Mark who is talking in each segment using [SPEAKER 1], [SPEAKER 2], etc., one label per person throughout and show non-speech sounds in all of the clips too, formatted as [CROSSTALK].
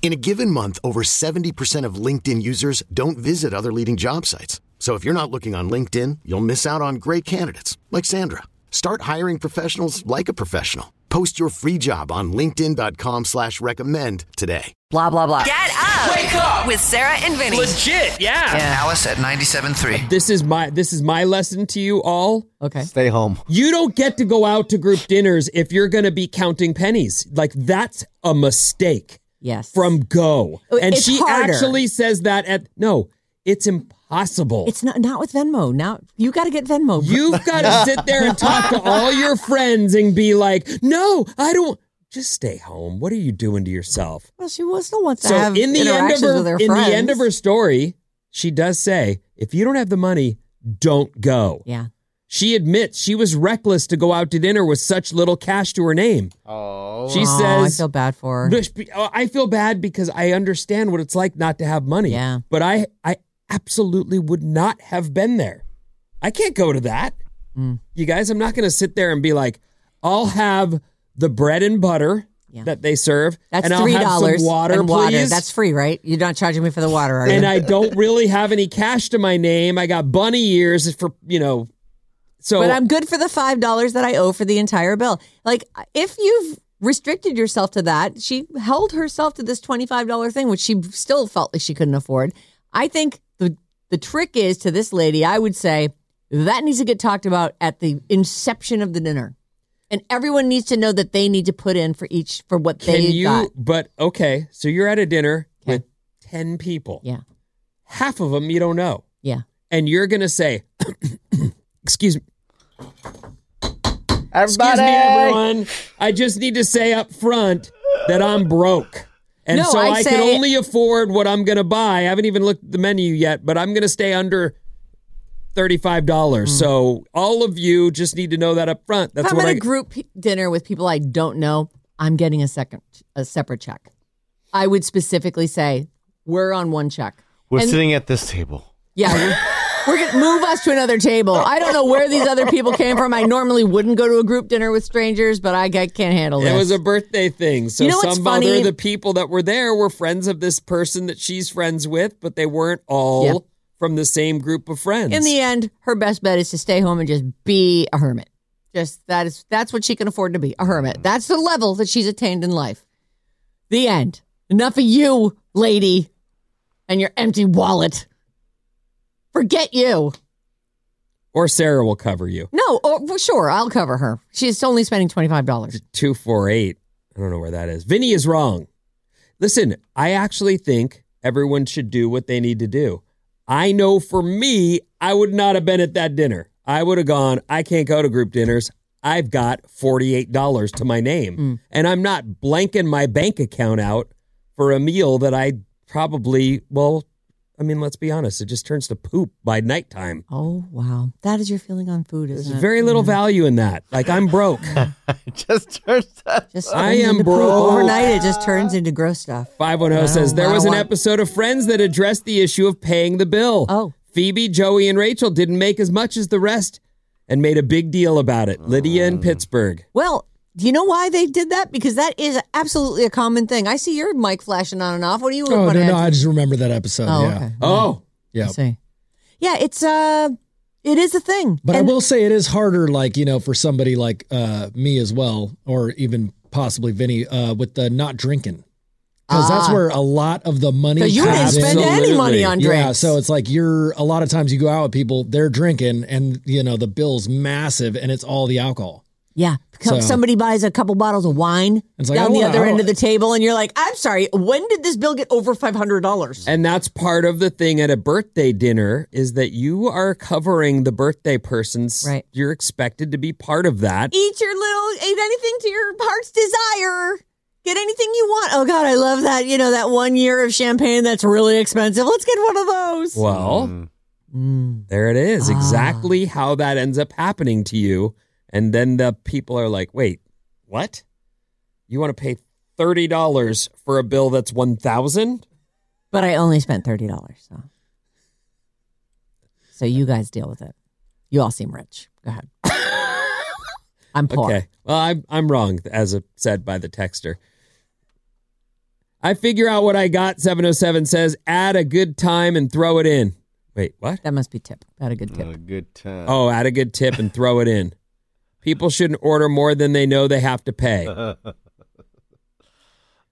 [SPEAKER 1] In a given month, over 70% of LinkedIn users don't visit other leading job sites. So if you're not looking on LinkedIn, you'll miss out on great candidates like Sandra. Start hiring professionals like a professional. Post your free job on linkedin.com slash recommend today.
[SPEAKER 2] Blah, blah, blah.
[SPEAKER 3] Get up!
[SPEAKER 4] Wake up!
[SPEAKER 3] With Sarah and Vinny.
[SPEAKER 4] Legit, yeah.
[SPEAKER 5] Alice at 97.3.
[SPEAKER 4] This is my this is my lesson to you all.
[SPEAKER 2] Okay.
[SPEAKER 6] Stay home.
[SPEAKER 4] You don't get to go out to group dinners if you're going to be counting pennies. Like that's a mistake
[SPEAKER 2] Yes.
[SPEAKER 4] from go.
[SPEAKER 2] Oh,
[SPEAKER 4] And
[SPEAKER 2] it's
[SPEAKER 4] she
[SPEAKER 2] harder.
[SPEAKER 4] actually says that at no, it's impossible.
[SPEAKER 2] It's [LAUGHS] not not with Venmo. Now you got to get Venmo.
[SPEAKER 4] You've got
[SPEAKER 2] [LAUGHS]
[SPEAKER 4] to sit there and talk to all your friends and be like, "No, I don't just stay home. What are you doing to yourself?"
[SPEAKER 2] well, she was the one to
[SPEAKER 4] so
[SPEAKER 2] have
[SPEAKER 4] in the end of
[SPEAKER 2] interactions
[SPEAKER 4] her,
[SPEAKER 2] with her
[SPEAKER 4] in
[SPEAKER 2] friends.
[SPEAKER 4] the end of her story, she does say, "If you don't have the money, don't go."
[SPEAKER 2] Yeah.
[SPEAKER 4] She admits she was reckless to go out to dinner with such little cash to her name.
[SPEAKER 6] Oh.
[SPEAKER 4] She
[SPEAKER 2] Aw, I
[SPEAKER 4] says,
[SPEAKER 2] feel bad for her.
[SPEAKER 4] "Bish- be- oh, I feel bad because I understand what it's like not to have money.
[SPEAKER 2] Yeah.
[SPEAKER 4] But I, I absolutely would not have been there. I can't go to that.
[SPEAKER 2] Mm.
[SPEAKER 4] You guys, I'm not going to sit there and be like, I'll have the bread and butter
[SPEAKER 2] Yeah.
[SPEAKER 4] that they serve.
[SPEAKER 2] That's
[SPEAKER 4] and I'll
[SPEAKER 2] three
[SPEAKER 4] have some
[SPEAKER 2] dollars
[SPEAKER 4] water,
[SPEAKER 2] and water.
[SPEAKER 4] please.
[SPEAKER 2] That's free, right? You're not charging me for the water, are you?
[SPEAKER 4] and I don't really have any cash to my name. I got bunny ears for, you know, so
[SPEAKER 2] but I'm good for the five dollars that I owe for the entire bill. Like if you've restricted yourself to that, she held herself to this twenty five dollar thing, which she still felt like she couldn't afford. I think the the trick is to this lady. I would say that needs to get talked about at the inception of the dinner, and everyone needs to know that they need to put in for each for what
[SPEAKER 4] Can
[SPEAKER 2] they
[SPEAKER 4] you?
[SPEAKER 2] got.
[SPEAKER 4] But okay, so you're at a dinner
[SPEAKER 2] Okay.
[SPEAKER 4] with ten people.
[SPEAKER 2] Yeah,
[SPEAKER 4] Half of them you don't know,
[SPEAKER 2] yeah.
[SPEAKER 4] and you're gonna say, [COUGHS] "Excuse me,
[SPEAKER 6] Everybody.
[SPEAKER 4] excuse me, everyone. I just need to say up front that I'm broke." And
[SPEAKER 2] No,
[SPEAKER 4] so
[SPEAKER 2] I
[SPEAKER 4] I, can
[SPEAKER 2] say-
[SPEAKER 4] only afford what I'm going to buy. I haven't even looked at the menu yet, but I'm going to stay under $35. So all of you just need to know that up front. That's
[SPEAKER 2] if Mm. I'm
[SPEAKER 4] what
[SPEAKER 2] at
[SPEAKER 4] I
[SPEAKER 2] a group p- dinner with people I don't know, I'm getting a second, a separate check. I would specifically say we're on one check.
[SPEAKER 6] We're
[SPEAKER 2] And-
[SPEAKER 6] sitting at this table.
[SPEAKER 2] Yeah, we're, we're gonna move us to another table. I don't know where these other people came from. I normally wouldn't go to a group dinner with strangers, but I, I can't handle this.
[SPEAKER 4] It was a birthday thing. So
[SPEAKER 2] You know what's
[SPEAKER 4] some
[SPEAKER 2] funny?
[SPEAKER 4] other the people that were there were friends of this person that she's friends with, but they weren't all
[SPEAKER 2] Yeah.
[SPEAKER 4] from the same group of friends.
[SPEAKER 2] In the end, her best bet is to stay home and just be a hermit. Just that is that's what she can afford to be a hermit. That's the level that she's attained in life. The end. Enough of you, lady, and your empty wallet. Forget you.
[SPEAKER 4] or Sarah will cover you.
[SPEAKER 2] No, oh, for sure, I'll cover her. She's only spending twenty five dollars.
[SPEAKER 4] Two four eight. I don't know where that is. Vinny is wrong. Listen, I actually think everyone should do what they need to do. I know for me, I would not have been at that dinner. I would have gone, I can't go to group dinners. I've got $48 to my name. And I'm not blanking my bank account out for a meal that I probably, well, I mean, let's be honest, it just turns to poop by nighttime.
[SPEAKER 2] Oh wow, that is your feeling on food,
[SPEAKER 4] There's
[SPEAKER 2] isn't it?
[SPEAKER 4] very little
[SPEAKER 2] Yeah.
[SPEAKER 4] value in that. Like, I'm broke.
[SPEAKER 6] [LAUGHS] It just turns out.
[SPEAKER 2] Just
[SPEAKER 4] I
[SPEAKER 2] turns
[SPEAKER 4] am
[SPEAKER 2] into poop.
[SPEAKER 4] broke.
[SPEAKER 2] Overnight, it just turns into gross stuff.
[SPEAKER 4] 510 says there
[SPEAKER 2] I
[SPEAKER 4] was an
[SPEAKER 2] want-
[SPEAKER 4] episode of Friends that addressed the issue of paying the bill.
[SPEAKER 2] Oh.
[SPEAKER 4] Phoebe, Joey, and Rachel didn't make as much as the rest and made a big deal about it. Lydia in Pittsburgh.
[SPEAKER 2] Well, do you know why they did that? Because that is absolutely a common thing. I see your mic flashing on and off. What do you?
[SPEAKER 7] Oh
[SPEAKER 2] what
[SPEAKER 7] no,
[SPEAKER 2] do
[SPEAKER 7] no,
[SPEAKER 2] I-
[SPEAKER 7] I just remember that episode.
[SPEAKER 2] oh,
[SPEAKER 7] yeah,
[SPEAKER 2] okay.
[SPEAKER 4] Oh,
[SPEAKER 2] I
[SPEAKER 7] yeah.
[SPEAKER 2] see. Yeah, it's uh, it is a thing.
[SPEAKER 7] But
[SPEAKER 2] and
[SPEAKER 7] I will say it is harder, like you know, for somebody like uh, me as well, or even possibly Vinny, uh, with the not drinking, because that's
[SPEAKER 2] Ah.
[SPEAKER 7] where a lot of the money.
[SPEAKER 2] 'cause you didn't
[SPEAKER 7] comes in.
[SPEAKER 2] spend any money on drinks.
[SPEAKER 7] Yeah, so it's like you're a lot of times you go out with people, they're drinking, and you know the bill's massive, and it's all the alcohol.
[SPEAKER 2] Yeah.
[SPEAKER 7] So-
[SPEAKER 2] Somebody buys a couple bottles of wine
[SPEAKER 7] It's like, oh, I
[SPEAKER 2] down the
[SPEAKER 7] wanna-
[SPEAKER 2] other
[SPEAKER 7] I
[SPEAKER 2] end
[SPEAKER 7] wanna-
[SPEAKER 2] of the table, and you're like, I'm sorry, when did this bill get over $500?
[SPEAKER 4] And that's part of the thing at a birthday dinner is that you are covering the birthday person's.
[SPEAKER 2] Right.
[SPEAKER 4] You're expected to be part of that.
[SPEAKER 2] Eat your little, eat anything to your heart's desire. Get anything you want. Oh, God, I love that. You know, that one year of champagne that's really expensive. Let's get one of those.
[SPEAKER 4] Well,
[SPEAKER 6] Mm.
[SPEAKER 2] Mm.
[SPEAKER 4] there it is.
[SPEAKER 2] Ah.
[SPEAKER 4] Exactly how that ends up happening to you. And then the people are like, wait, what? You want to pay $30 for a bill that's 1000
[SPEAKER 2] But I only spent $30. So. so you guys deal with it. You all seem rich. Go ahead. [LAUGHS] I'm poor.
[SPEAKER 4] Okay. Well, I'm I'm wrong, as said by the texter. I figure out what I got. Seven oh seven says, add a good time and throw it in. Wait, what?
[SPEAKER 2] That must be tip. Had a good tip.
[SPEAKER 6] Not a good time.
[SPEAKER 4] [LAUGHS] Oh, add a good tip and throw it in. People shouldn't order more than they know they have to pay.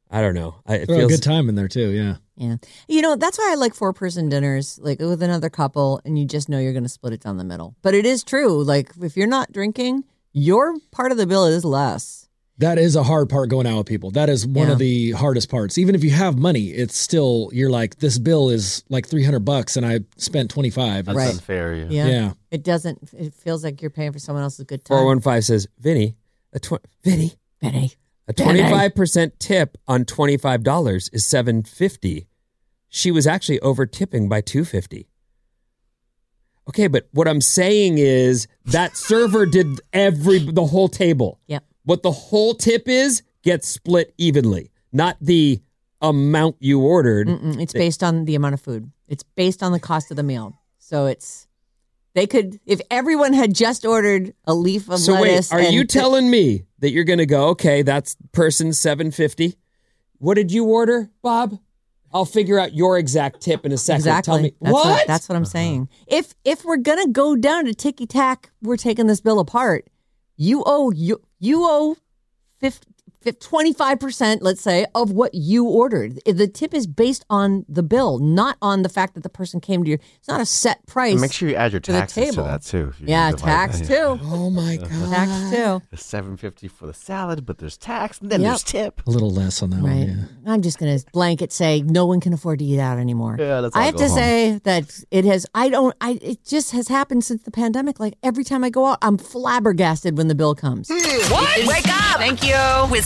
[SPEAKER 4] I don't know. I, it
[SPEAKER 7] Throw a
[SPEAKER 4] feels
[SPEAKER 7] good time in there too. Yeah.
[SPEAKER 2] Yeah. You know, that's why I like four person dinners, like with another couple, and you just know you're going to split it down the middle. But it is true. Like, if you're not drinking, your part of the bill is less.
[SPEAKER 7] That is a hard part going out with people. That is one
[SPEAKER 2] Yeah.
[SPEAKER 7] of the hardest parts. Even if you have money, it's still you're like this bill is like 300 bucks and I spent 25.
[SPEAKER 6] That's
[SPEAKER 2] Right.
[SPEAKER 6] unfair. Yeah.
[SPEAKER 2] Yeah.
[SPEAKER 7] Yeah.
[SPEAKER 2] It doesn't, it feels like you're paying for someone else's good time.
[SPEAKER 4] four one five says, Vinny, a tw- Vinny,
[SPEAKER 2] Benny.
[SPEAKER 4] a
[SPEAKER 2] Vinny.
[SPEAKER 4] twenty five percent tip on twenty five dollars is seven fifty. She was actually over tipping by two fifty. Okay, but what I'm saying is
[SPEAKER 2] [LAUGHS]
[SPEAKER 4] that server did every the whole table.
[SPEAKER 2] Yep.
[SPEAKER 4] What the whole tip is gets split evenly, not the amount you ordered.
[SPEAKER 2] Mm-mm, it's based on the amount of food. It's based on the cost of the meal. So it's they could if everyone had just ordered a leaf of
[SPEAKER 4] so
[SPEAKER 2] lettuce.
[SPEAKER 4] wait, are
[SPEAKER 2] and
[SPEAKER 4] you telling me that you're going to go? Okay, that's person seven fifty. What did you order, Bob? I'll figure out your exact tip in a second.
[SPEAKER 2] exactly?
[SPEAKER 4] Tell me
[SPEAKER 2] that's
[SPEAKER 4] what?
[SPEAKER 2] That's what I'm saying. If if we're gonna go down to ticky tack, we're taking this bill apart. You owe you you owe 25 percent, let's say, of what you ordered. The tip is based on the bill, not on the fact that the person came to you. It's not a set price.
[SPEAKER 6] And make sure you add your
[SPEAKER 2] to the
[SPEAKER 6] taxes to
[SPEAKER 2] table.
[SPEAKER 6] that too. if you
[SPEAKER 2] yeah,
[SPEAKER 6] divide
[SPEAKER 2] tax
[SPEAKER 6] that, yeah.
[SPEAKER 2] too.
[SPEAKER 4] Oh my god!
[SPEAKER 2] Tax too.
[SPEAKER 6] It's seven fifty for the salad, but there's tax, and then
[SPEAKER 2] Yep.
[SPEAKER 6] there's tip.
[SPEAKER 7] A little less on that
[SPEAKER 2] Right.
[SPEAKER 7] one. Yeah.
[SPEAKER 2] I'm just gonna blanket say no one can afford to eat out anymore.
[SPEAKER 6] Yeah, let's all
[SPEAKER 2] I have
[SPEAKER 6] go
[SPEAKER 2] to
[SPEAKER 6] home.
[SPEAKER 2] say that it has. I don't. I it just has happened since the pandemic. Like every time I go out, I'm flabbergasted when the bill comes.
[SPEAKER 3] Wake up! Thank you.
[SPEAKER 8] With